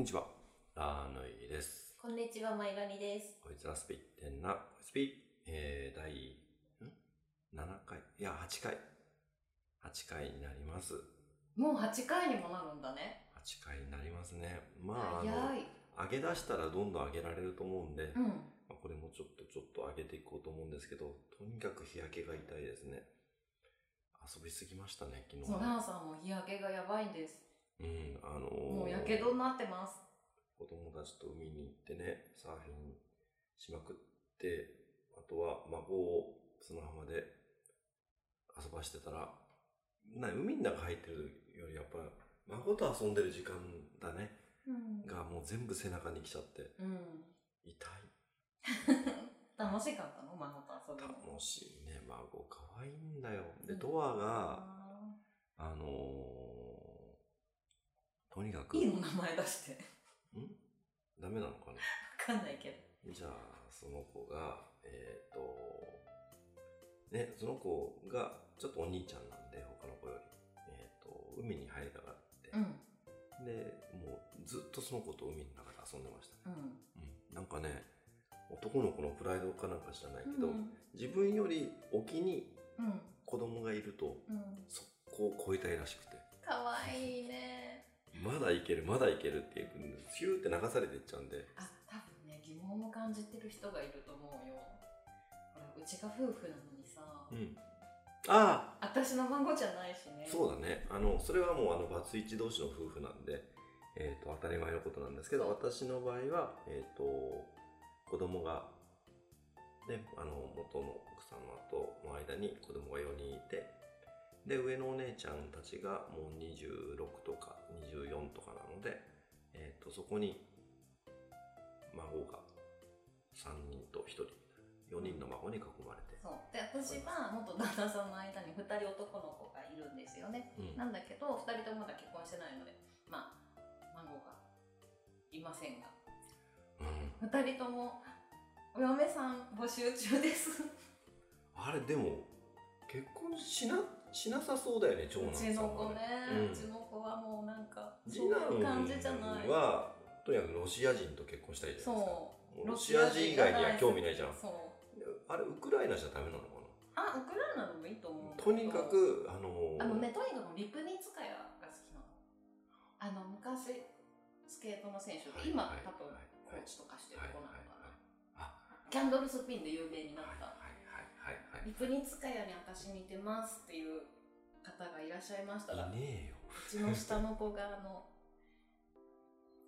にちは。ラーヌイです。こんにちは、まいらにです。こいつらスピッテンな、スピえー、第、ん ?7 回いや、8回。8回になります。もう8回にもなるんだね。 8回になりますね。まあ、早あい。の、上げ出したらどんどん上げられると思うんで、うん。まあ、これもちょっとちょっと上げていこうと思うんですけど、とにかく日焼けが痛いですね。遊びすぎましたね、昨日そう、はなね。あさんも日焼けがやばいんです。うん、あのーもうやけどになってます。子供たちと海に行ってね、サーフィンしまくって、あとは孫を砂浜で遊ばしてたら、な海の中入ってるよりやっぱ孫と遊んでる時間だね、うんがもう全部背中に来ちゃって、 うん。痛い。楽しかったの孫と遊ぶの。楽しいね、孫可愛いんだよ。で、うんドアが、あのーとにかく、いいんの名前出して。ダメなのかなわかんないけど。じゃあその子がえっ、とねその子がちょっとお兄ちゃんなんで他の子より、えー、と海に入りたがって、うん。でもうずっとその子と海の中で遊んでましたうね、うん。んなんかね男の子のプライドかなんか知らないけど、うん。自分より沖にうん。子供がいるとうん。速攻を超えたいらしくてかわいいね。まだいけるまだいけるっていうヒューって流されていっちゃうんで あ、多分ね、疑問を感じてる人がいると思うよ。ほら、うちが夫婦なのにさ、うんああ私の孫じゃないしね。そうだね。あの、それはもうあの、バツイチ同士の夫婦なんで、えっ、と、当たり前のことなんですけど、私の場合は、えっ、と、子供が、ね、あの、元の奥様との間に子供が4人いて、で、上のお姉ちゃんたちがもう26とか24とかなので、えっ、と、そこに、孫が3人と1人、4人の孫に囲まれて、そうで私は元旦那さんの間に2人男の子がいるんですよねうんなんだけど2人ともまだ結婚してないのでまあ孫がいませんがうん2人とも「お嫁さん募集中です」あれでも結婚しなしなさそうだよね長う男さんちの子はね、うんうちの子はもうなんかそう次いう男感じじゃないはとにかくロシア人と結婚したいじゃないですかそもううロシア人以外には興味ないじゃんそうあれウクライナじゃダメなのかあウクライナのもいいと思うなんだけとどにかくあのーあのねとにかくリプニツカヤが好きなのあの昔スケートの選手で、はい今はい多分はいコーチとかしてるはい子はいなのかな、あキャンドルスピンで有名になっはいた、はいはいはいリプニツカヤに私似てますっていう方がいらっしゃいましたらはいいねえようちの下の子があの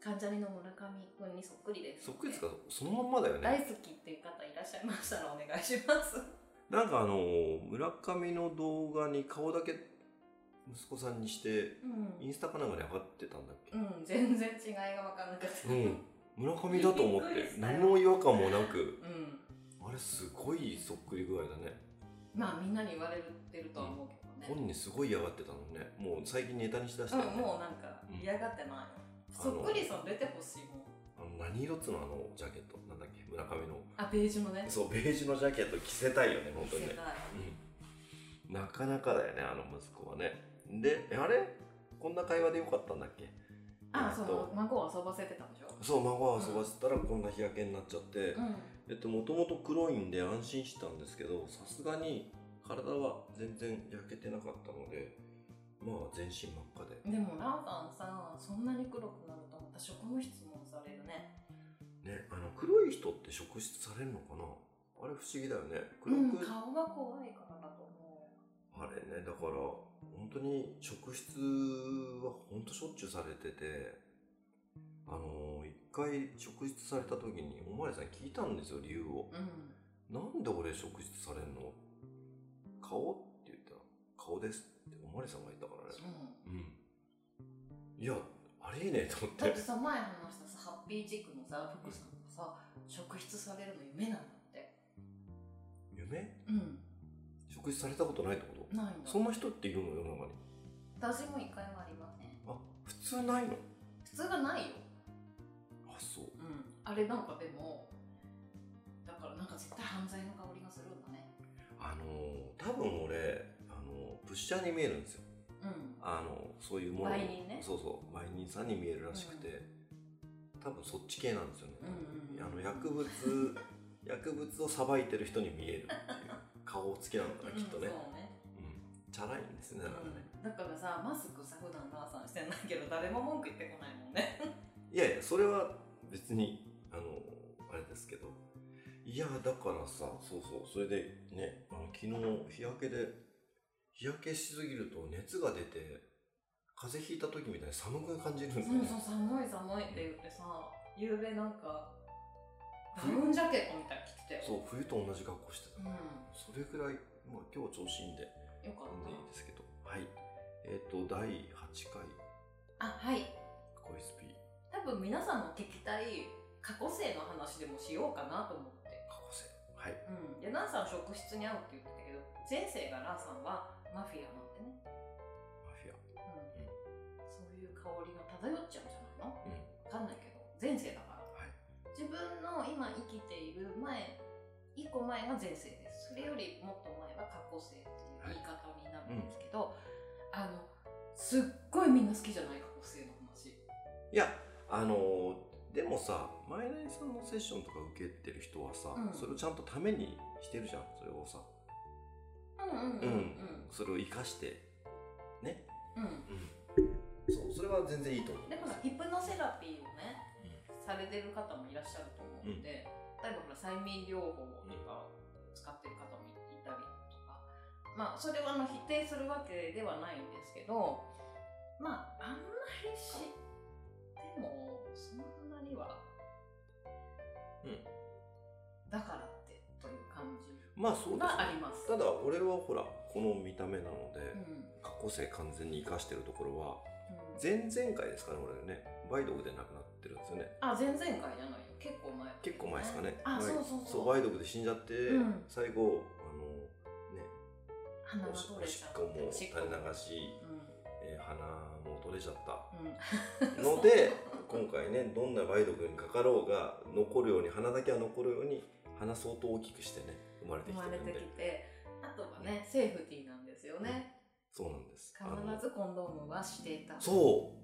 関ジャニの村上君にそっくりですそっくりですかそのまんまだよ大ね好きっていう方いらっしゃいましたらお願いし ますなんかあのー村上の動画に顔だけ息子さんにしてうんインスタかなんかに上がってたんだっけうん全然違いが分かんなかったうん、村上だと思っびっくりてしたよ何の違和感もなくうんあれすごいそっくり具合だねまあみんなに言われてるとは思うけどね、本人すごい嫌がってたのねもう最近ネタにしだしたよねうん、もうなんか嫌がってない、あそのっくりさん出てほしいもんあの何色っつうのあのジャケットなんだっけ村上のあベージュのねそうベージュのジャケット着せたいよね本当にね世、代うん、なかなかだよねあの息子はねでえあれこんな会話でよかったんだっけあえっそとの孫を遊ばせてたんでしょそう孫を遊ばせたらこんな日焼けになっちゃって、うんえっと、もともと黒いんで安心してたんですけど、さすがに体は全然焼けてなかったので、まあ全身真っ赤で。でもランさんさそんなに黒くなるとまた職務質問されるねね、あの、黒い人って職質されるのかなあれ不思議だよね。黒うんく、顔が怖いからだと思あれね、だから、本当に職質は本当しょっちゅうされてて、あの一回職質された時に、お巡りさんに聞いたんですよ、理由を。ううんなんで俺職質されんの顔って言ったら、顔ですっておまりさんが言ったからね。ううん。いや、ありえねえと思ん、だっってて。さ前話したさハッピーチックのさ福さんがさ職質されるの夢なんだって夢うん職質されたことないってことないんだそんな人っているの世の中に。私も一回もありませんあ、普通ないの普通がないよあ、そう。うん、あれなんかでもだからなんか絶対犯罪の香りがするんだねあのー、多分俺、あのー、プッシャーに見えるんですよ。うんあのー、そういうものに売人ねそうそう。売人さんに見えるらしくて。多分そっち系なんですよね、うんうんあの薬物 薬物をさばいてる人に見えるっていう顔つきなんだなきっとねうん、そうねうん、チャラいんですねなんかね、うんだからさマスクさ普段ばあさんしてないけど誰も文句言ってこないもんねいやいやそれは別にあのあれですけどいやだからさそうそうそれでねあの昨日日焼けで日焼けしすぎると熱が出て風邪ひいた時みたいに寒く感じるんそでうすよねそう寒い寒いって言ってさ夕べなんかダウンジャケットみたいに着てたよそう冬と同じ格好してた、うんそれぐらい、まあ、今日調子いいんでよかっ飲んでいいですけどはいえっ、と第8回たあはい恋スピ多分皆さんの聞きたい過去生の話でもしようかなと思って過去生はいうん、でランさん職質に会うって言ってたけど前世がランさんはマフィアなんでね、マフィアうんそういう香りが漂っちゃうんじゃないのうん分かんないけど前世だからはい自分の今生きている前一個前が前世ですそれよりもっと前は過去世っていう言い方になるんですけど、あのすっごいみんな好きじゃない過去世の話いやあのーでもさ前田さんのセッションとか受けてる人はさ、うんそれをちゃんとためにしてるじゃんそれをさうんうんうんそれを生かしてね、うんうんそうそれは全然いいと思うだからヒプノセラピーをねされてる方もいらっしゃると思うので、例えばほら催眠療法とか使ってる方もいたりとか、まあそれはあの否定するわけではないんですけどまああんまり知ってもそんなには、うんだからってという感じまあそうです、があね、ります。ただ俺はほらこの見た目なので、うん過去性完全に生かしてるところはうん前々回ですかね俺ね梅毒で亡くなってるんですよねあ前々回じゃないよ結構前、結構前ですかねはいあそうそうそそう梅毒で死んじゃって、うん最後あのね鼻がおし取おれしちっゃっこてもおし垂っれこも流し、えー鼻も取れちゃっ たうんうんのでそう今回ねどんな梅毒にかかろうが残るように鼻だけは残るように鼻相当大きくしてね生まれて生きまてるんれでてきてあとはねセーフティーなんですよねそうなんです必あのずコンドームはしていたそ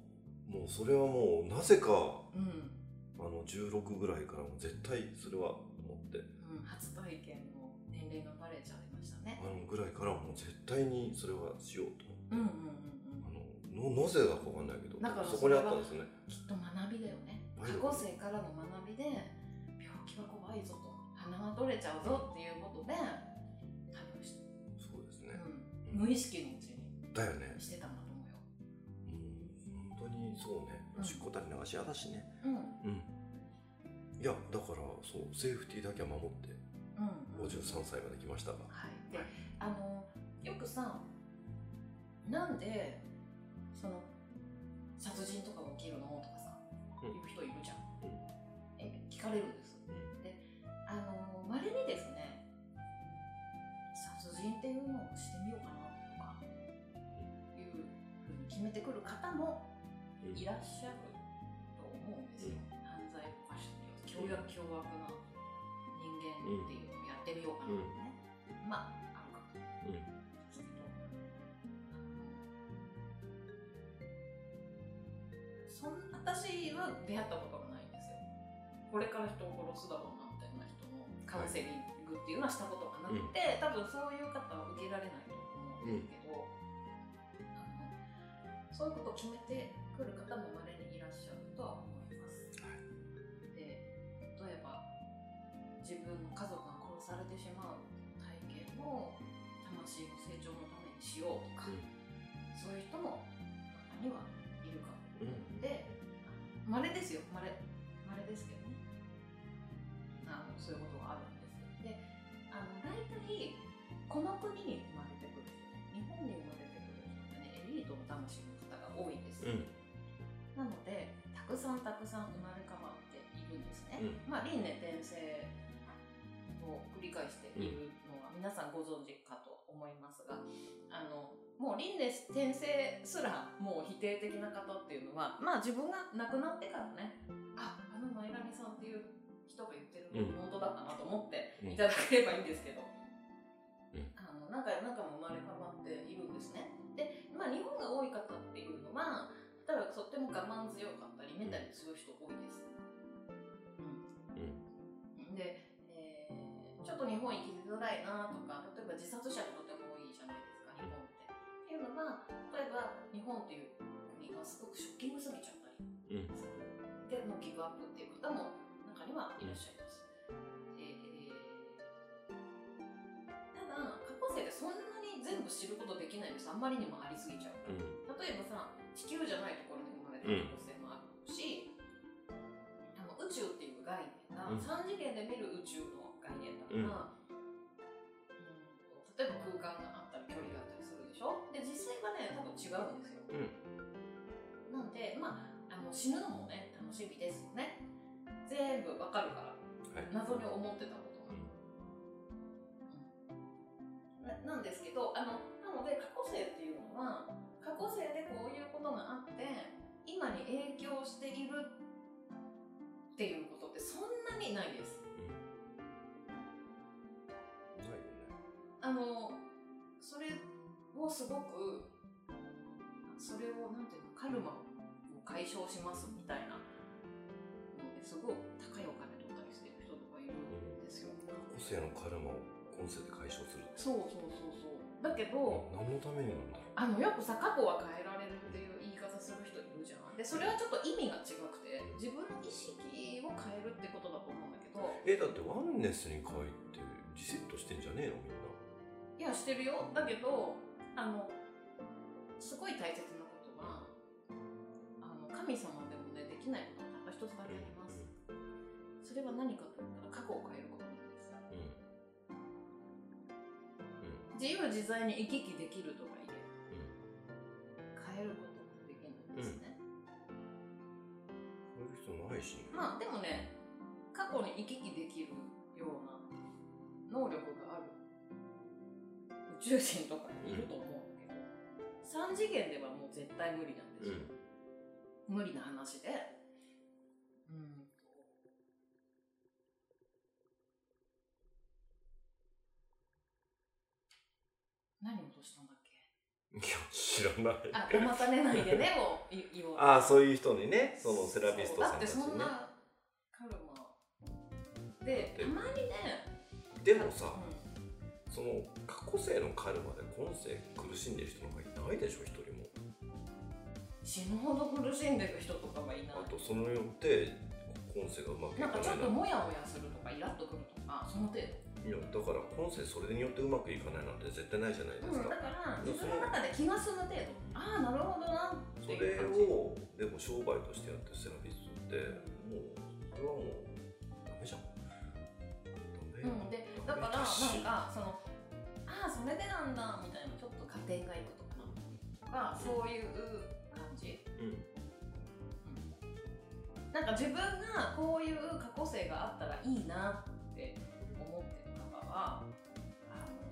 うもうそれはもうなぜかう、うんあの16ぐらいからもう絶対それは思ってうん、初体験の年齢がバレちゃいましたねあのぐらいからもう絶対にそれはしようとうんう思んうって、んうんあののなぜだかわかんないけどだからそこにあったんですねきっと学びだよねバ過イ去オ生からの学びで病気は怖いぞと鼻が取れちゃうぞっていうことで多分し、そうですね、うん、無意識のうちにだよねしてたんだと思うようん本当にそうねうんおしっこたり流し屋だしねうんうんいやだからそうセーフティーだけは守ってうん、うん、 53歳まで来ましたがはい、であのよくさなんでその殺人とかが起きるのとかさうん言う人いるじゃん、うんえ聞かれるんですうんあのまれにですね殺人っていうのをしてみようかなとかいうふうに決めてくる方もいらっしゃると思うんですよ、うん犯罪を犯してみよう凶悪凶悪な人間っていうのをやってみようかなとかね、まああるかとうんですけどそん私は出会ったことがないんですよこれから人を殺すだろうなみたいな人のカウンセリングっていうのはしたことがなくて、多分そういう方は受けられないと思うんですけど、あのそういうことを決めてくる方もまれにいらっしゃるとは思います、はいで例えば自分の家族が殺されてしまう体験を魂の成長のためにしようとか、うんそういう人も中にはいるかも、うんでまれですよまれまれですけどねあのそういうことがあるんですよであの大体この国に生まれてくる人ね日本に生まれてくる人ってねエリートの魂の方が多いんですよ、うんなのでたくさんたくさん生まれ変わっているんですね、うまあ輪廻転生を繰り返しているのは皆さんご存知かと思いますが、あのもう輪廻転生すらもう否定的な方っていうのはまあ自分が亡くなってからねああの前髪さんっていう人が言ってるの本当だったなと思ってうんいただければいいんですけど、うんあのなんかなんかも生まれ変わっているんですね。で、まあ、日本が多い方っていうのは例えばとっても我慢強かったりメンタル強い人多いです。ば自殺者にとっても多いじゃないですか日本って。っていうのが例えば日本っていう国がすごくショッキングすぎちゃったりうんするでもうギブアップっていう方も中にはいらっしゃいます。でえーただ過去生ってそんなに全部知ることできないんですあんまりにもありすぎちゃうかうら。ん例えばさ地球じゃないところに生まれた可能性もあるし、あの宇宙っていう概念がうん3次元で見る宇宙の概念だかうんら、うんと例えば空間があったり距離があったりするでしょで実際はね多分違うんですよ、うんなんでまああの死ぬのもね楽しみですよね全部わかるからはい謎に思ってたことがななんですけどあのなので過去性っていうのは過去性でこういうことがあって今に影響しているっていうことってそんなにないです。うんないよねあのそれをすごくそれをなんていうのカルマを解消しますみたいなのですごい高いお金取ったりしてる人とかいるんですよ。個性のカルマを今世で解消するそうそうそうそうだけど、何のためになんだろあのよくさ過去は変えられるっていう言い方する人いるじゃんでそれはちょっと意味が違くて自分の意識を変えるってことだと思うんだけどうえだってワンネスに変えてリセットしてんじゃねえのみんないやしてるよだけどあのすごい大切なことはあの神様でもねできないことがたった一つだけありますそれは何かというと過去を変えることなんですうんうん自由自在に行き来できるとはいえ変えることができないんですね、うんそういう人ないしねまあでもね過去に行き来できるような能力がある宇宙人とかいると思うんだけど、3次元ではもう絶対無理なんですよ、無理な話でうんと何落としたんだっけいや知らないあごまかねないでねをい言お うああそういう人にねそのセラピストさんたちそうだってそにねんなカルマでたまにねでもさうその過去世のカルマで今世苦しんでる人なんかいないでしょ一人もん死ぬほど苦しんでる人とかはいないあとそれによって今世がうまくいなかんないかちょっなとモヤモヤするとかイラっとくるとかその程度いやだから今世それによってうまくいかないなんて絶対ないじゃないですうん、か、だから自分の中で気が済む程度ああなるほどなっそてれいう感じをでも商売としてやってるセラピストってもうそれはもうダメじゃんダメうよ、ん、でだからなんかそのああそれでなんだみたいなちょっと加点がいくとかなとかそういう感じうんなんか自分がこういう過去性があったらいいなって思ってる方はあ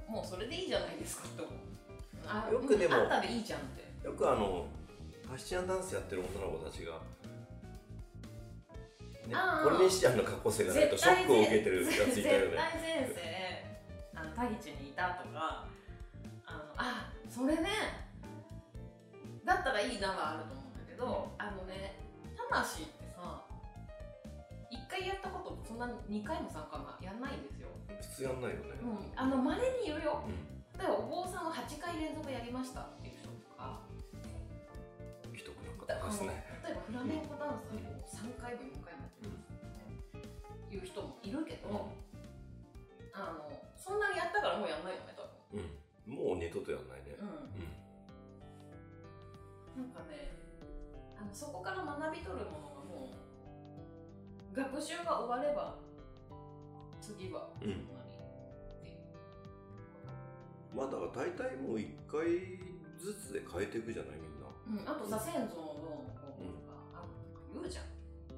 のもうそれでいいじゃないですかって思うあよくでもうんあったでいいじゃんってよくあのタシチアンダンスやってる女の子たちがねあ、ーポリネシアンの過去性がないとショックを受けてるやついたよね絶対前世あのタヒチにいたとかあのあそれねだったらいいながあると思うんだけどあのね魂ってさ1回やったことそんなに2回も3回もやんないんですよ、普通やんないよね、うん、あのまれに言うようん例えばお坊さんを8回連続やりましたっていう人とかひどくなんかったですね例えばフラメンコダンスを3回も4回もやってますっていう人もいるけど、あのそんなにやったからもうやんないよね多うんもう二度とやんないね分、うん、なんかねあのそこから学び取るものがもう学習が終われば次はそんなに、うん、まあだから大体もう一回ずつで変えていくじゃないみんなうんあとさ先祖のどうのこうのとか、あのとか言うじゃん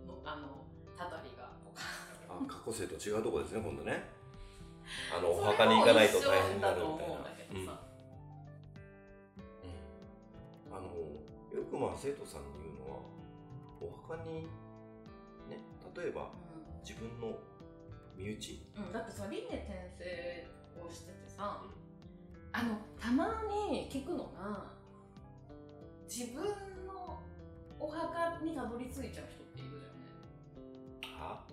のあのたたりがとかあ過去生と違うとこですね今度ねあのお墓に行かないと大変になるみたいなそれも一緒だと思うんだけどさ、うんあのよくまあ生徒さんに言うのはお墓にね例えばうん自分の身内うん、だってさ輪廻転生をしててさ、うんあのたまに聞くのが自分のお墓にたどり着いちゃう人っているじゃんねあ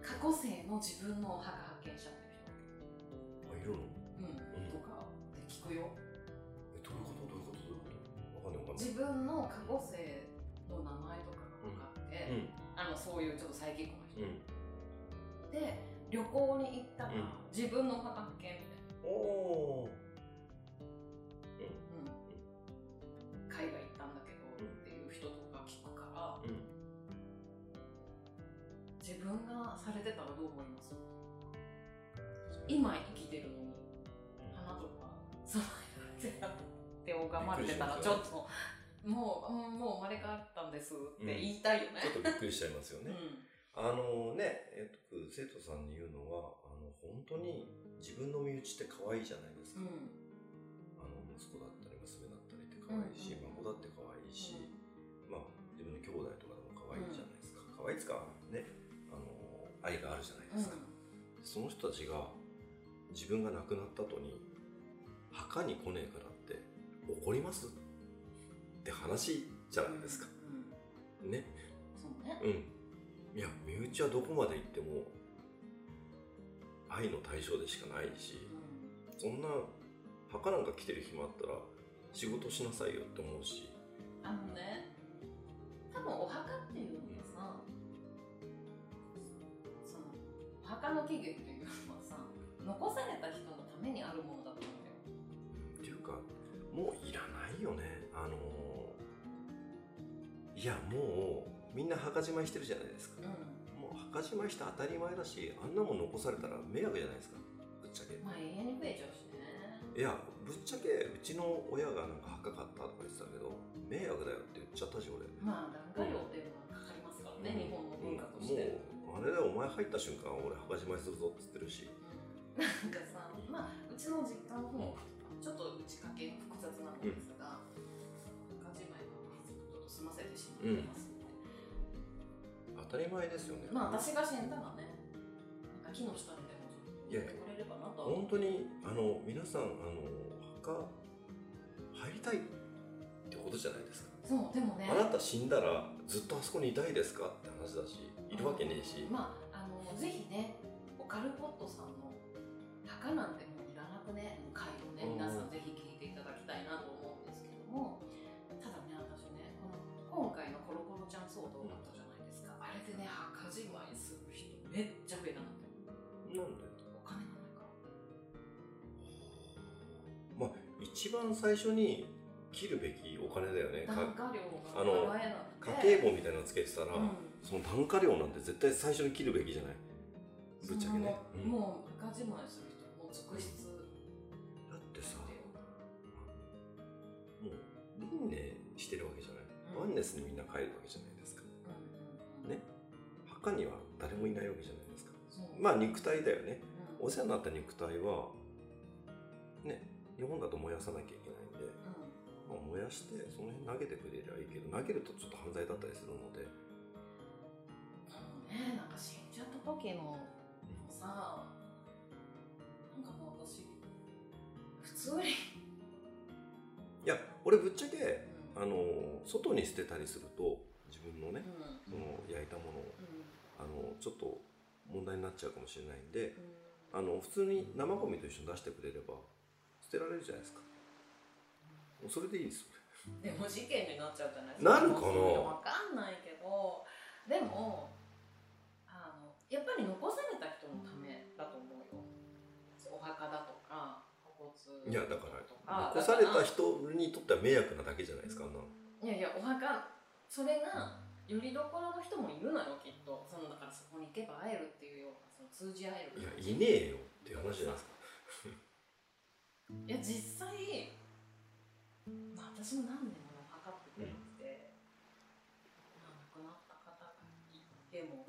過去世の自分のお墓発見しちゃっあてるいるの人、素養えどういうことどういうことどういうことわかんないわかんない自分の過去生の名前とかが分かって、あのそういうちょっとサイキックな人、うんうんで旅行に行ったら、うん自分のお墓発見みたいおおな、うん海外行ったんだけどうんっていう人とか聞くからうん自分がされてたらどう思います今生きてるのに花とかそのやってたって拝まれてたらちょっともううんもう生まれ変わったんですって言いたいよねちょっとびっくりしちゃいますようねん、あのね、えっと、生徒さんに言うのは、あの、本当に自分の身内って可愛いじゃないですうか。んあの、息子だったり娘だったりって可愛いし、うん孫だって可愛いし、まあ、自分の兄弟とかでも可愛いじゃないですか。可愛いっつか、ね、あの、愛があるじゃないですか。その人たちが、自分が亡くなった後に、墓に来ねえからって、怒りますって話じゃないですか。うんね。そうねうん。いや、身内はどこまで行っても、愛の対象でしかないし、うそんな、墓なんか来てる暇あったら、仕事しなさいよって思うし、んあのね多分お墓っていうのはさそのお墓の起源というのはさ残された人のためにあるものだと思うんだよっていうか、もういらないよね。あのーいや、もう、みんな墓じまいしてるじゃないですか。うもう墓じまいして当たり前だし、あんなもん残されたら迷惑じゃないですか。ぶっちゃけん。まあ永遠に増えちゃうしねいや、ぶっちゃけ、うちの親がなんか墓買ったとか言ってたけど、迷惑だよって言っちゃったし、俺。まあ段階をっていうのはかかりますからね、うん日本の文化として、もうあれだよお前入った瞬間俺墓じまいするぞって言ってるしなんかさまあうちの実家の方ちょっと打ち掛け複雑なのですが墓じまいの話ちょっと済ませてしまってますので、当たり前ですよねまあ私が死んだらねなんか木の下にでもちょっいやと埋めてくれればなとは思う本当にあの皆さんあの墓入りたいってことじゃないですかそうでもねあなた死んだらずっとあそこにいたいですかって話だしいるわけねえしまああのぜひねオカルポットさんの墓なんてもういらなくねの回をねうん皆さんぜひ聞いていただきたいなと思うんですけどもただね私ねこの今回のコロコロちゃん騒動だったじゃないですかあれでね墓じまいする人めっちゃ増えたなってなんでお金がないからまあ一番最初に切るべきお金だよね檀か家料があの払えなくて家計簿みたいなのつけてたら、うんその単価料なんて絶対最初に切るべきじゃないぶっちゃけねそうんのもう墓じまいする人も続出だってさもう輪廻してるわけじゃない、うワンんネスにみんな帰るわけじゃないですかうんねうんうん墓には誰もいないわけじゃないですかそうまあ肉体だよねうおん世話になった肉体はね日本だと燃やさなきゃいけないんで、うんまあ、燃やしてその辺投げてくれりゃいいけど投げるとちょっと犯罪だったりするのでねなんか死んじゃった時のさなんかもう私普通に、いや俺ぶっちゃけうんあの外に捨てたりすると自分のねうんその焼いたものをうんあのちょっと問題になっちゃうかもしれないんでうんあの普通に生ゴミと一緒に出してくれれば捨てられるじゃないですかもうそれでいいですよでも事件になっちゃうじゃないですなるかなわかんないけどでもあのやっぱり残された人のためだと思うよお墓だとか骨いやだからとか残されだたから人にとっては迷惑なだけじゃないですかあんなのいやいやお墓それがよりどころの人もいるのよきっとそのだからそこに行けば会えるっていうようなその通じ合えるいやいねえよっていう話じゃないですか いや実際、まあ、私も何年もお墓って出なくて、まあ、亡くなった方がいても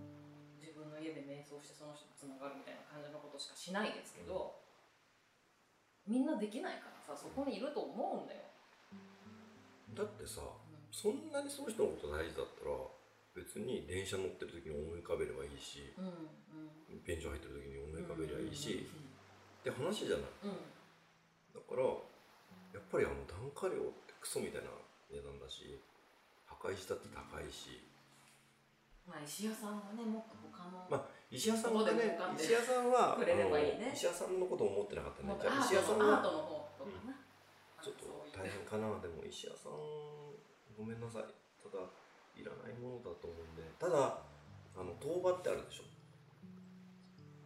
自分の家で瞑想してその人とつながるみたいな感じのことしかしないですけどみんなできないからさそこにいると思うんだよ、だってさそんなにその人のこと大事だったら別に電車乗ってる時に思い浮かべればいいしうんうん便所入ってる時に思い浮かべりゃいいしうんって話じゃないうんだうんからやっぱりあの単価料ってクソみたいな値段だし破壊したって高いしまあ、石屋さんはねもっと他の、まあ石屋さんはそこでねもう完石全屋さんは くれればいいあねの石屋さんのことを思ってなかったもねっじゃとあア石ート屋さんのアーはトの方とかな、大変かなでも石屋さんごめんなさいただいらないものだと思うんでただあの当場ってあるでしょ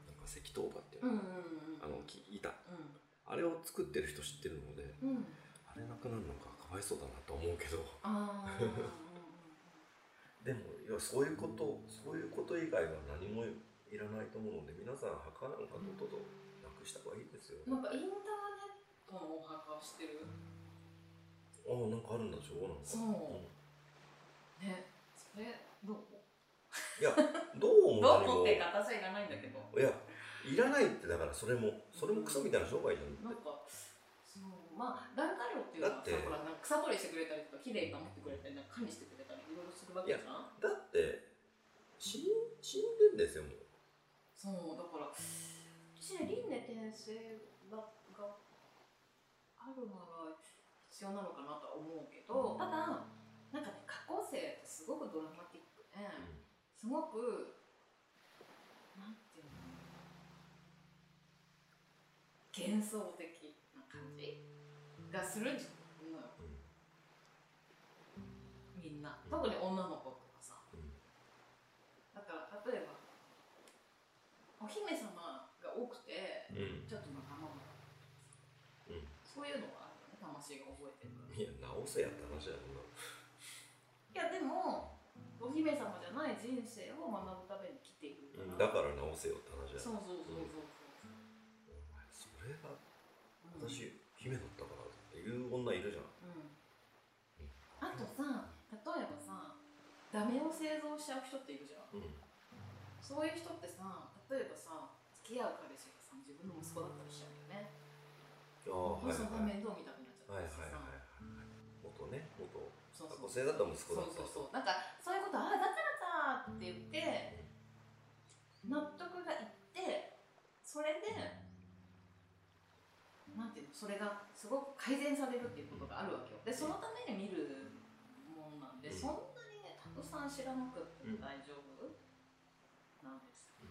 なんか石当場っていううの、んうんあの木板あれを作ってる人知ってるのでうんうんうんあれなくなるのかかわいそうだなと思うけどああでもいやそういうことそういうこと以外は何もいらないと思うので皆さん墓なんかとっととなくした方がいいですよ、なあんかインターネットのお墓をしてるあなんかあるんだでしょなんかそうんねそれどういやどうもど何う思もってか私はいらないんだけどいやいらないってだからそれもそれもクソみたいな商売じゃんなんかそうまあ檀家料っていうのはだっさてほらなんか草取りしてくれたりとかきれいに守ってくれたりなんか管理してくれたりいろいろするわけじゃんだって死ん死んでんですよもうそうだから私ね輪廻転生ががあるなら必要なのかなとは思うけどただなんかね過去生ってすごくドラマティックで、すごくなんていうの幻想的な感じがするんじゃんのよみんなうん特に女の子とかさうんだから例えばお姫様が多くてうん、うんちょっと仲間うもんそういうのはあるよね魂が覚えてるからいや直せやって話だよいやでもお姫様じゃない人生を学ぶために生きていくな、うん、かだら、から直せよって話だそようそうそうそうそう、お前それがうん私姫だったからっていう女いるじゃんうんあとさ例えばさダメを製造しちゃう人っているじゃんうんそういう人ってさ例えばさ付き合う彼氏がさ自分の息子だったりしちゃうんだよねああはいはもういそんなはいはい面倒見たくなっちゃっはいはいたりしてさ、元ね元そう過そう去性だった息子そうだったそうそうなんかそういうことああだからかって言って納得がいってそれでなんていうのそれがすごく改善されるっていうことがあるわけよでそのために見るもんなんで、うんそんなにねたくさん知らなくっても大丈夫、なんです、う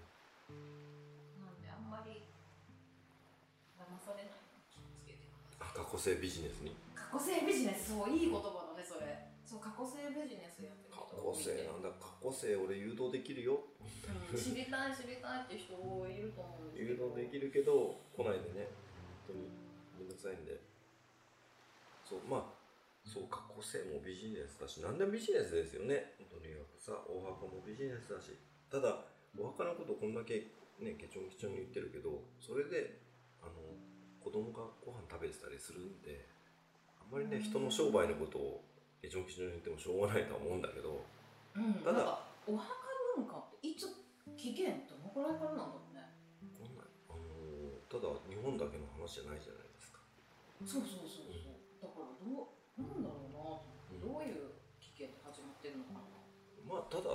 なんであんまり騙されないように気をつけてくださいあ過去性ビジネスに過去性ビジネスそういい言葉だねそれそう過去性ビジネスやってる過人去多い性ねなんだ過去性俺誘導できるようん知りたい知りたいって人多いいると思うんですけ誘ど導できるけど来ないでね本当にめんどくさいんでそうまあそう過去性もビジネスだし何でもビジネスですよねとにかくさお墓もビジネスだしただお墓のことこんだけねケチョンケチョンに言ってるけどそれであの子供がご飯食べてたりするんであんまりね人の商売のことをケチョンケチョンに言ってもしょうがないとは思うんだけどうん、ただなんかお墓文化っていつ期限どのくらいからなんだろうねこんなあのただ日本だけの話じゃないじゃないですか。そうそうそうそうだからどうなんだろうなとうん思ってどういう期限で始まってるのかなまあただ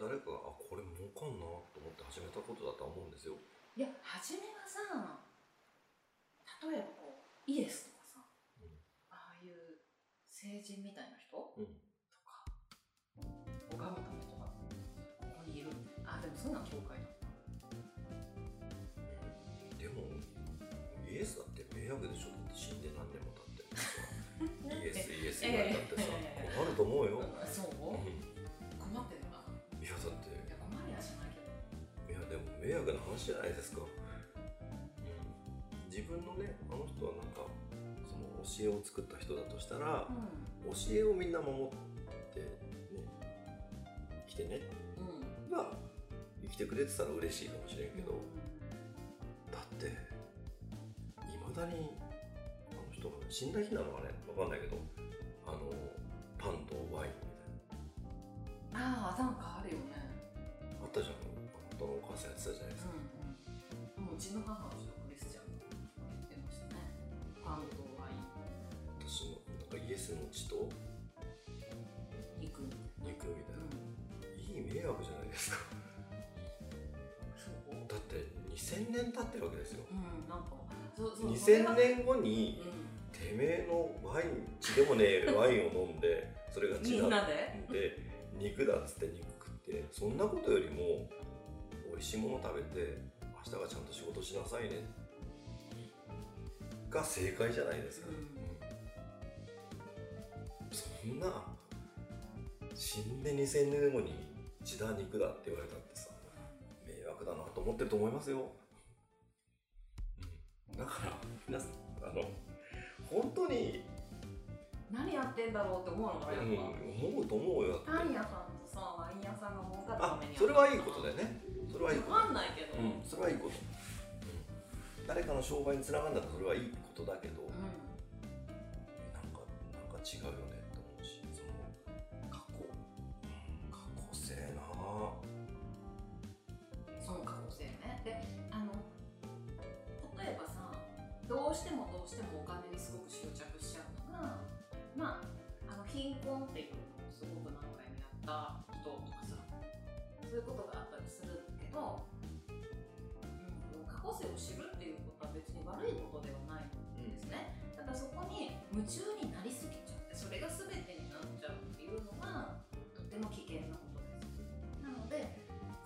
誰かがあこれ儲かんなと思って始めたことだとは思うんですよ。いや初めはさ例えばこうイエスとかさ、うんああいう成人みたいな人、うんとか拝むためとかここにいるあでもそんなん教会だでもイエスだって迷惑でしょだって死んで何年も経ってイ エスイエス言われたってさえ困ると思う よ。うんそううん困ってるのかないやだっていや困りはしないけどいやでも迷惑な話じゃないですか。自分のねあの人はなんかその教えを作った人だとしたら、う教えをみんな守ってね来てねんうんが生きてくれてたら嬉しいかもしれんけど、だっていまだにあの人が死んだ日なのかねわかんないけどあのパンとワインみああなんかあるよねたいなあったじゃんあなたのお母さんやってたじゃないですか、うんうんもううちの母はちょっとクリスチャンだって言ってましたねパンとワイン私のなんかイエスの血と肉うん肉みたいないい迷惑じゃないですかそうだって2000年経ってるわけですようんなんかそうそうそれは2000年後にうてめえのワイン血でもねえワインを飲んでそれがん血みだんっなでで肉だっつって肉食ってそんなことよりも美味しいもの食べて明日がちゃんと仕事しなさいねが正解じゃないですか、うんうんんな死んで2000年後に血だ肉だって言われたってさ迷惑だなと思ってると思いますよ、うん、だから皆さんあの本当に、何やってんだろうって思うのかなやっうぱ、ん、思うと思うよだパっンて屋さんとさワイン屋さんが儲かるたあめにそれはいいことだよねそれはいいことわかんないけど、うんうん、それはいいこと、うん、誰かの商売につながるんだったらそれはいいことだけど、なんかなんか違うよねって思うしその過去うん過去性なあその可能性ねであの例えばさどうしてもどうしてもお金にすごく執着しちゃうのがまああの貧困っていうのをすごく何回もやった人とかさそういうことがあったりするけど、うん、過去性を知るっていうことは別に悪いことではないですね。だからそこに夢中になりすぎちゃって、それが全てになっちゃうっていうのがとても危険なことです。なので、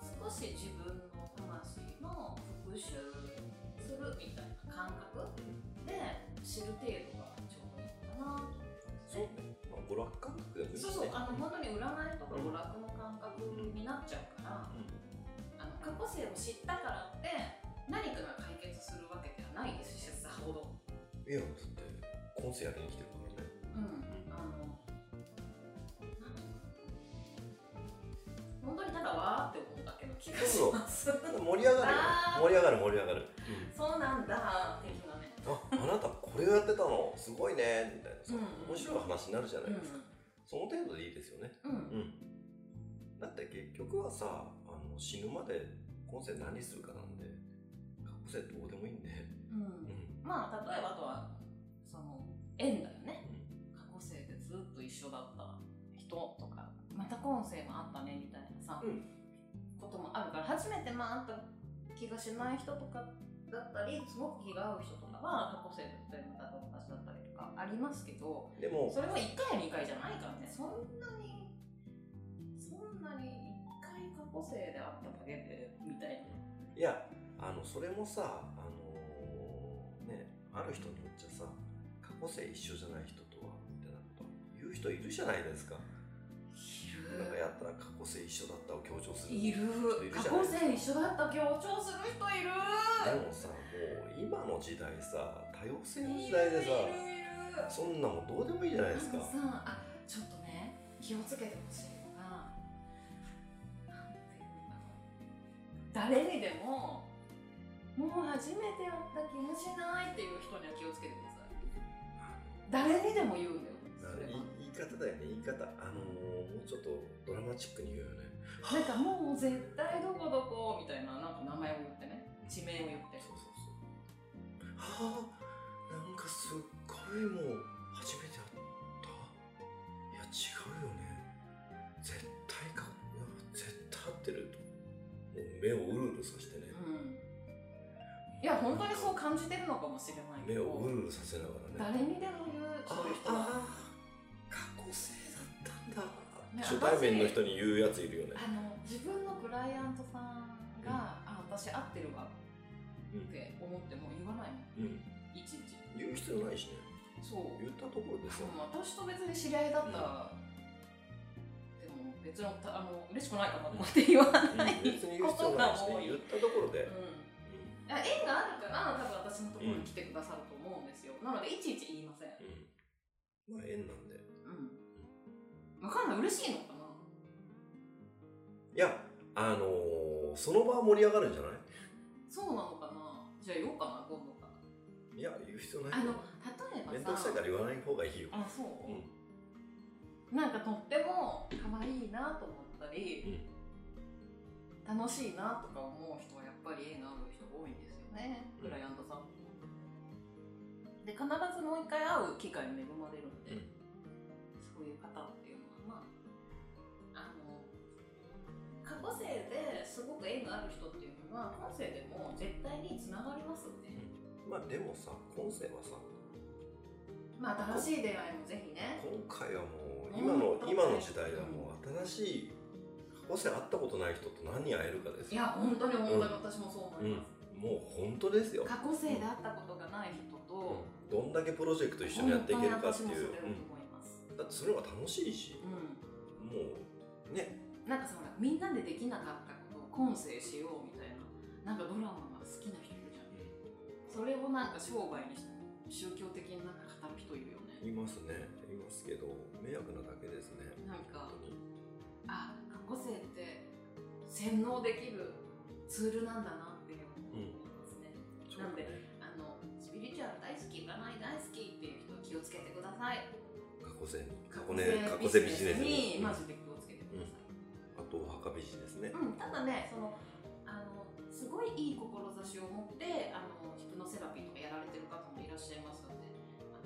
少し自分の魂の復習するみたいな感覚で知る程度がちょうどいいのかなと。そうね、まあ、娯楽感覚でもいいしそねうそう、あの本当に占いとか娯楽の感覚になっちゃうから、あの過去性を知ったからって何かが解決するわけではないですし、さほど。うんいやだって今世やりに来てるからねうんあの本当にただわーって思うだけの気がします。なんか盛り上がるよねあー盛り上がる盛り上がる、そうなんだ的なね。ああなたこれをやってたのすごいねみたいなさ、うん面白い話になるじゃないうんですか、その程度でいいですよねうんうんだって結局はさあの死ぬまで今世何するかなんで過去世どうでもいいんで、う。うんんまあ例えばあとはその縁だよね。うん過去世でずっと一緒だった人とかまた今世もあったねみたいなさ、うんこともあるから初めてまあ会った気がしない人とかだったりすごく気が合う人とかは過去世で例えばまた友達だったりとかありますけどでもそれも1回や2回じゃないからねそんなにそんなに1回過去世であっただけでみたいないやあのそれもさあのーねある人によっちゃさ過去世一緒じゃない人とはみたいなこと言う人いるじゃないですか、なんかやったら過去世一緒だったを強調するいるいるじ過ゃない去世一緒だった強調する人いるでもさもう今の時代さ多様性の時代でさいるいるいるそんなもんどうでもいいじゃないですかあのさあちょっとね気をつけてほしいのがなんていうんだろう誰にでももう初めて会った気もしないっていう人には気をつけてください誰にでも言うんだよあそのいれは言い方だよね言い方あのーもうちょっとドラマチックに言うよねなんかもう絶対どこどこみたいななんか名前を言ってね地名を言ってそうそうそうはあなんかすっごいもう初めて会ったいや違うよね絶対かうわ絶対合ってるともう目をうるうるさせてね、うんいや本当にそう感じてるのかもしれないけ目どをうるうるさせながらね誰にでも言うあそういう人はあ過去性だったんだ、ね初対面の人に言うやついるよねあの自分のクライアントさんが「あ私合ってるわ」って思っても言わないのうんいちいち言う必要ないしねそう言ったところでさ、 うん私と別に知り合いだったら、でも別のたあの嬉しくないかなと思って言わないうん別に言うこ必要とながいしね多い、言っうん、たところで、あ縁があるから多分私のところに来てくださると思うんですよ、なのでいちいち言いません、うんまあ縁なんでうん、分かんない嬉しいのかないやあのーその場は盛り上がるんじゃなそうなのかなじゃあ言おうかな今度からいいや言う必要ないあのよ例えば面倒くさいさから言わない方がいいよ、あそう、うんなんかとっても可愛いなと思ったり、楽しいなとか思う人はやっぱり縁がある人が多いんですよね、うんクライアントさんで必ずもう一回会う機会に恵まれるんで、うんそういう方っていうのはまああの過去世ですごく縁がある人っていうのは今世でも絶対につながりますよね、まあでもさ今世はさまあ新しい出会いもぜひね今回はもううん今の本当今のね時代はもう新しい個性会ったことない人と何人会えるかですいよや本当に本う当んに私もそう思います、もう本当ですよ過去世で会ったことがない人と、どんだけプロジェクト一緒にやっていけるかっていう本当に私もそれを思ういます、だってそれは楽しいし、うもうねん、なんかさほらみんなでできなかったことを今世しようみたいななんかドラマが好きな人いるじゃんそれをなんか商売にして宗教的になんか語る人いるよねいますねいますけど迷惑なだけですねなんか本当にあ過去世って洗脳できるツールなんだなっていうのを思いますね、そうだなんでねあのスピリチュアル大好き占い大好きっていう人は気をつけてください過去世に過去ね過去世ビジネスににマジで気をつけてください、あとお墓ビジネスね、うん、ただねそのあのすごいいい志を持ってあのヒプノセラピーとかやられてる方もいらっしゃいますのであの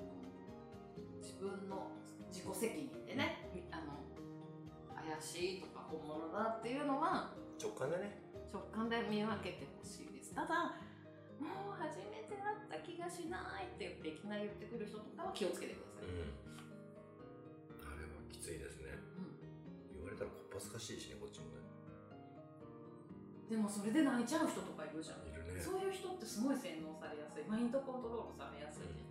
自分の自己責任でねあの怪しいとか本物だっていうのは直感でね直感で見分けてほしいですただもう初めて会った気がしないって言っていきなり言ってくる人とかは気をつけてくださうい、んあれはきついですねう言われたらこっぱずかしいしねこっちもねん、でもそれで泣いちゃう人とかいるじゃんいるねそういう人ってすごい洗脳されやすいマインドコントロールされやすいね、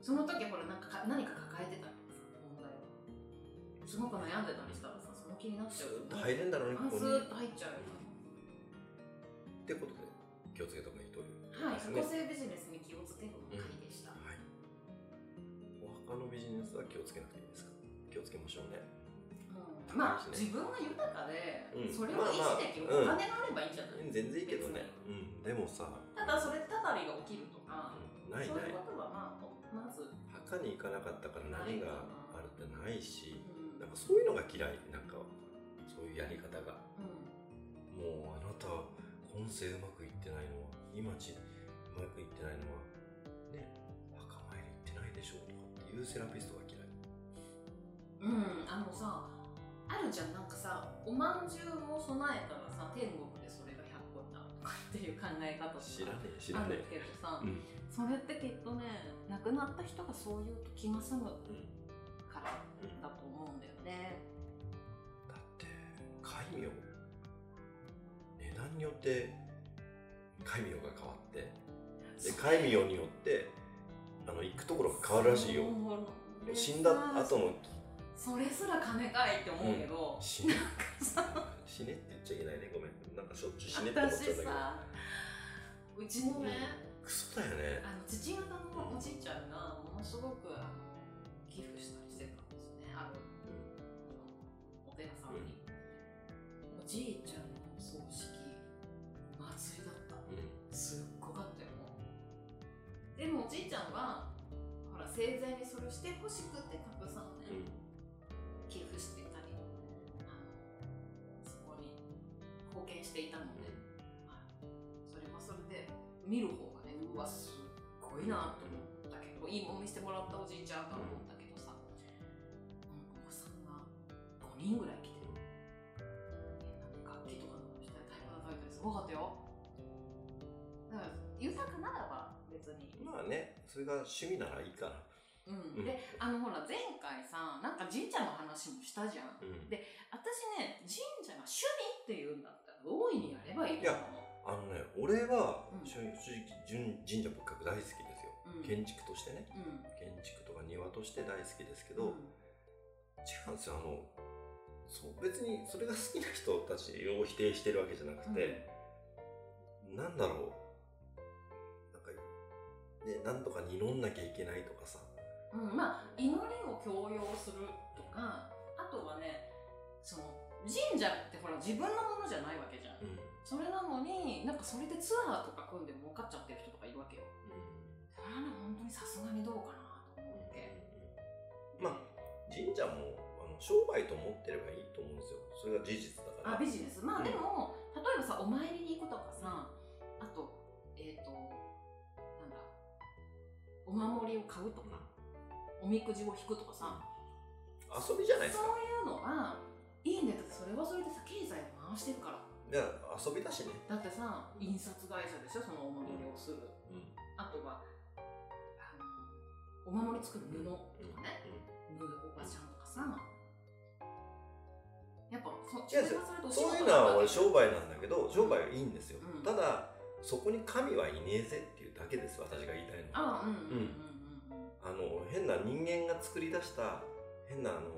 その時ほらなんかか何か抱えてたりさ問題をすごく悩んでたりしたらさその気になっちスゃーッうとよ入ねれんだろうねあここスにーっッと入っちゃうよてことで気をつけた方がいいというはいです過ね去性ビジネスに気をつけるの回でした、はいお墓のビジネスは気をつけなくていいですか気をつけましょうねうんまあ自分が豊かで、うんそれを維持できるおまあまあ金があればいいんじゃない、全然いいけどね、うん、でもさ、ただそれたたりが起きるとか、うんないそなういいうことはまあおまず、う墓に行かなかったから何があるってないしんなんかそういうのが嫌いなんかそういうやり方がうんもうあなた今世うまくいってないのは今ちうまくいってないのはね墓参り行ってないでしょうとかっていうセラピストが嫌いうん、あのさ、あるじゃん、なんかさ、おまんじゅうを備えたらさ、天国でそれが100個になるとかっていう考え方とか知らねえ知らあねるえけどさ、うんそれってきっとね、亡くなった人がそういう気が済むからうんだだと思うんだよね。って戒名値段によって戒名が変わってで戒名によってあの行くところが変わるらしいよそれさ死んだ後のそれすら金かいって思うけど、死ねさ 死ねって言っちゃいけないねごめんなんかしょっちゅう死ねって思っちゃ私うんだけどさ、うちのね、クソだよねあの父方のおじいちゃんがものすごくあの寄付したりしてたんですねあるお寺さんに、おじいちゃんの葬式祭りだったうんすっごかったよもうでもおじいちゃんはほら生前にそれをしてほしくてたくさんね、うん寄付していたりあのそこに貢献していたので、まあ、それはそれで見る方がねうわすっごいなと思ったけどいいもん見せてもらったおじいちゃんとは思ったけどさ、うんお子さんが5人ぐらい来て、ねなんか楽器とかのしたり太鼓叩いたりすごかったよだから豊かならば別にうんまあねそれが趣味ならいいからうん、であのほら前回さなんか神社の話もしたじゃんうんで私ね神社が趣味っていうんだったら大いにやればいいと思あのね俺はうん正直神神社仏閣大好きですよう、うん、建築としてねうん建築とか庭として大好きですけど、違うんですよあのそう別にそれが好きな人たちを否定してるわけじゃなくて、なんだろうなんかねなんとか祈んなきゃいけないとかさうんうんまあ祈りを強要するとかあとはねその神社ってほら自分のものじゃないわけじゃん、うん、それなのになんかそれでツアーとか組んで儲かっちゃってる人とかいるわけよそれはね本当にさすがにどうかなと思って、ま神社もあの商売と思ってればいいと思うんですよそれが事実だからあビジネスまうんあでも、例えばさお参りに行くとかさあとえっ、となんだお守りを買うとか、おみくじを引くとかさ、遊びじゃないですそうかいうのはいいんだけどそれはそれでさ経済を回してるからいや遊びだしね、だってさ印刷会社でしょそのお守りをする、うんあとはあのお守り作る布とかね、布おばちゃんとかさやっぱそ違うんですよそういうのは俺商売なんだけど商売はいいんですよ、うんただそこに神はいねえぜっていうだけです私が言いたいのはああうんうんうあのんうんうん変な人間が作り出した変なあの、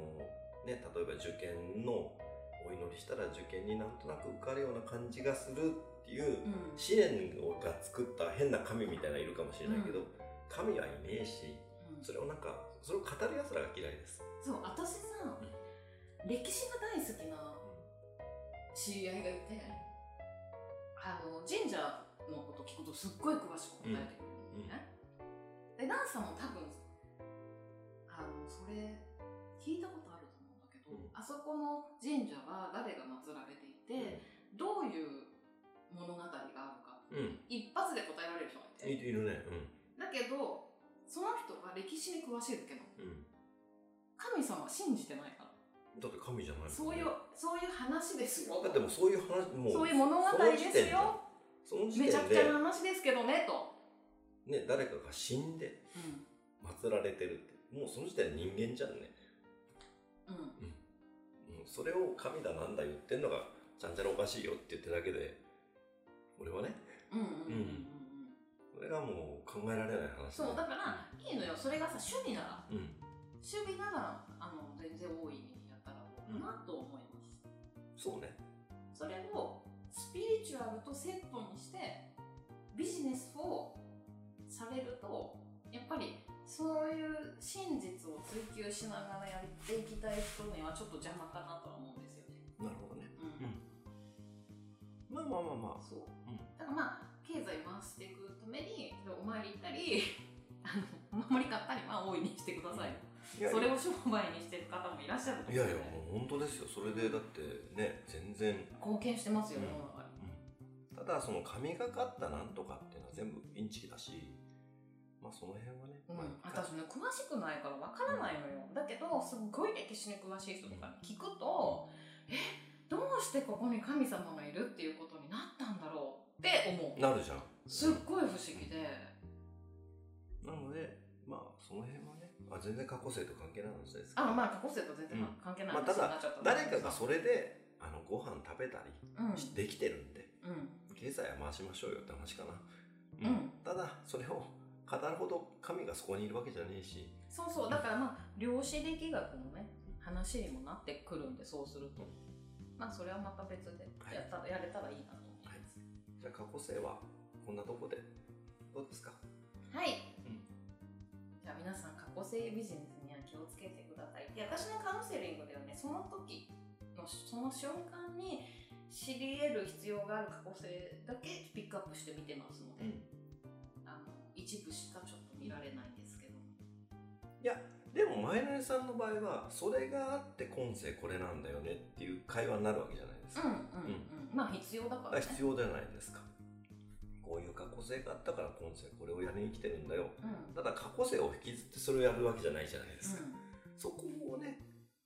ね、例えば受験のお祈りしたら受験になんとなく受かるような感じがするっていううん試練が作った変な神みたいなのいるかもしれないけど、うん神はいねえしうんそれをなんかそれを語る奴らが嫌いです、そう私さ、歴史が大好きな知り合いがいてあの神社のこと聞くとすっごい詳しく答えてくれるのね、でダンさんも多分あのそれ聞いたことあると思うんだけうど、んあそこの神社は誰が祀られていて、どういう物語があるかうん、うん一発で答えられる人がいいているねだけどその人は歴史に詳しいだけどうん、うん、神様は信じてないからだって神じゃないもんねそういうそういう話ですよだってもうそういう話もそういう物語ですよその時め点ちでゃくちゃな話ですけどねと、ね誰かが死んで祀られてるってもうその時点で人間じゃんね、うんううん、ん、それを神だなんだ言ってんのがちゃんちゃらおかしいよって言ってるだけで俺はねうんうんうんうんうんそれがもう考えられない話だねそうだからいいのよそれがさ趣味ならうん趣味ならあの全然大いにやったらどうかなと思います、そうねそれをスピリチュアルとセットにしてビジネスをされるとやっぱりそういう真実を追求しながらやっていきたい人にはちょっと邪魔かなとは思うんですよね、なるほどねうんまあまあまあまあそう、うんだからまあ経済回していくためにお参り行ったり あのお守り買ったりは大いにしてください、いやそれを商売にしてる方もいらっしゃるとい思うやいんでやもう本当ですよそれでだってね全然貢献してますよ、うん世の中にただその神がかったなんとかっていうのは全部インチキだしまあその辺はね、うんまあいいか私ね詳しくないからわからないのよ、だけどすっごい歴史に詳しい人とかに聞くと、えどうしてここに神様がいるっていうことになったんだろうって思うなるじゃんすっごい不思議で、なのでまあその辺はね、まあ、全然過去性と関係ない話ですけどあまあ過去世と全然関係ないまあた話にだなっちゃったんだ誰けどかがそれであのご飯食べたりうんしできてるんで、うん経済は回しましょうよって話かな、うんただそれを語るほど神がそこにいるわけじゃねえしそうそうだからまあ量子力学のね話にもなってくるんでそうするとまあそれはまた別ではいやった、やれたらいいなと思いますじゃあ過去性はこんなとこでどうですかはい、うんじゃあ皆さん過去性ビジネスには気をつけてくださいで私のカウンセリングではねその時のその瞬間に知り得る必要がある過去性だけピックアップして見てますので、うんあの一部しかちょっと見られないんですけどでも前のさんの場合はそれがあって今世これなんだよねっていう会話になるわけじゃないですか、うんうん、うん、まあ必要だかだかららね必要じゃないですかこういう過去性があったから今世これをやりに来てるんだようんただ過去性を引きずってそれをやるわけじゃないじゃないですか、うんそこをね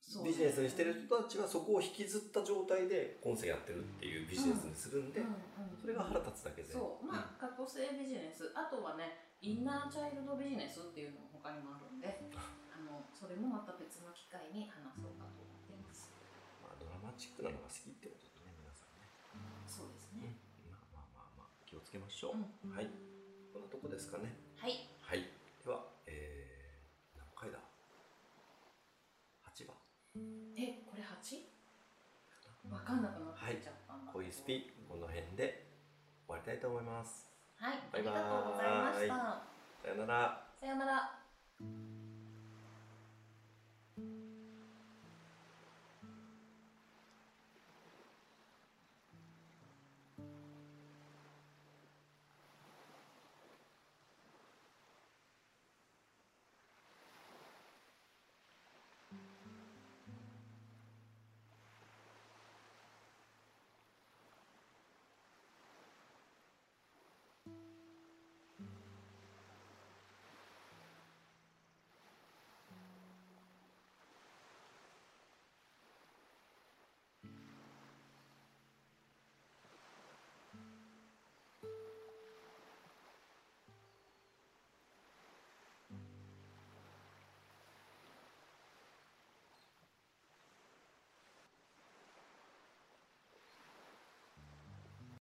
そうビジネスにしてる人たちはそこを引きずった状態で今世やってるっていうビジネスにするんで、うんうんそれが腹立つだけでそうまあ過去性ビジネスあとはねインナーチャイルドビジネスっていうのも他にもあるんであのそれもまた別の機会に話そうかと思っていますまあ、ドラマチックなのが好きってことだね皆さんねそうですうんね、まあまあまあまあ気をつけましょう、うんはいこんなとこですかねはいはいではえー、何回だ8番えこれ 8? わかんなくなってきちゃったんだけど、恋スピこの辺で終わりたいと思いますはいバイバーイありがとうございましたさよならさようなら